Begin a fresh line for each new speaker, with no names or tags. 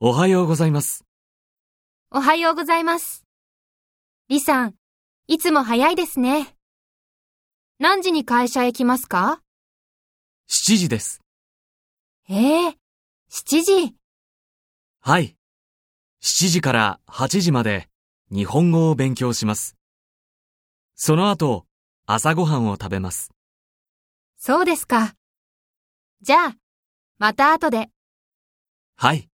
おはようございます。
おはようございます。李さん、いつも早いですね。何時に会社へ来ますか
7時です。
ええ7時。
はい。7時から8時まで日本語を勉強します。その後、朝ごはんを食べます。
そうですか。じゃあ、また後で。
はい。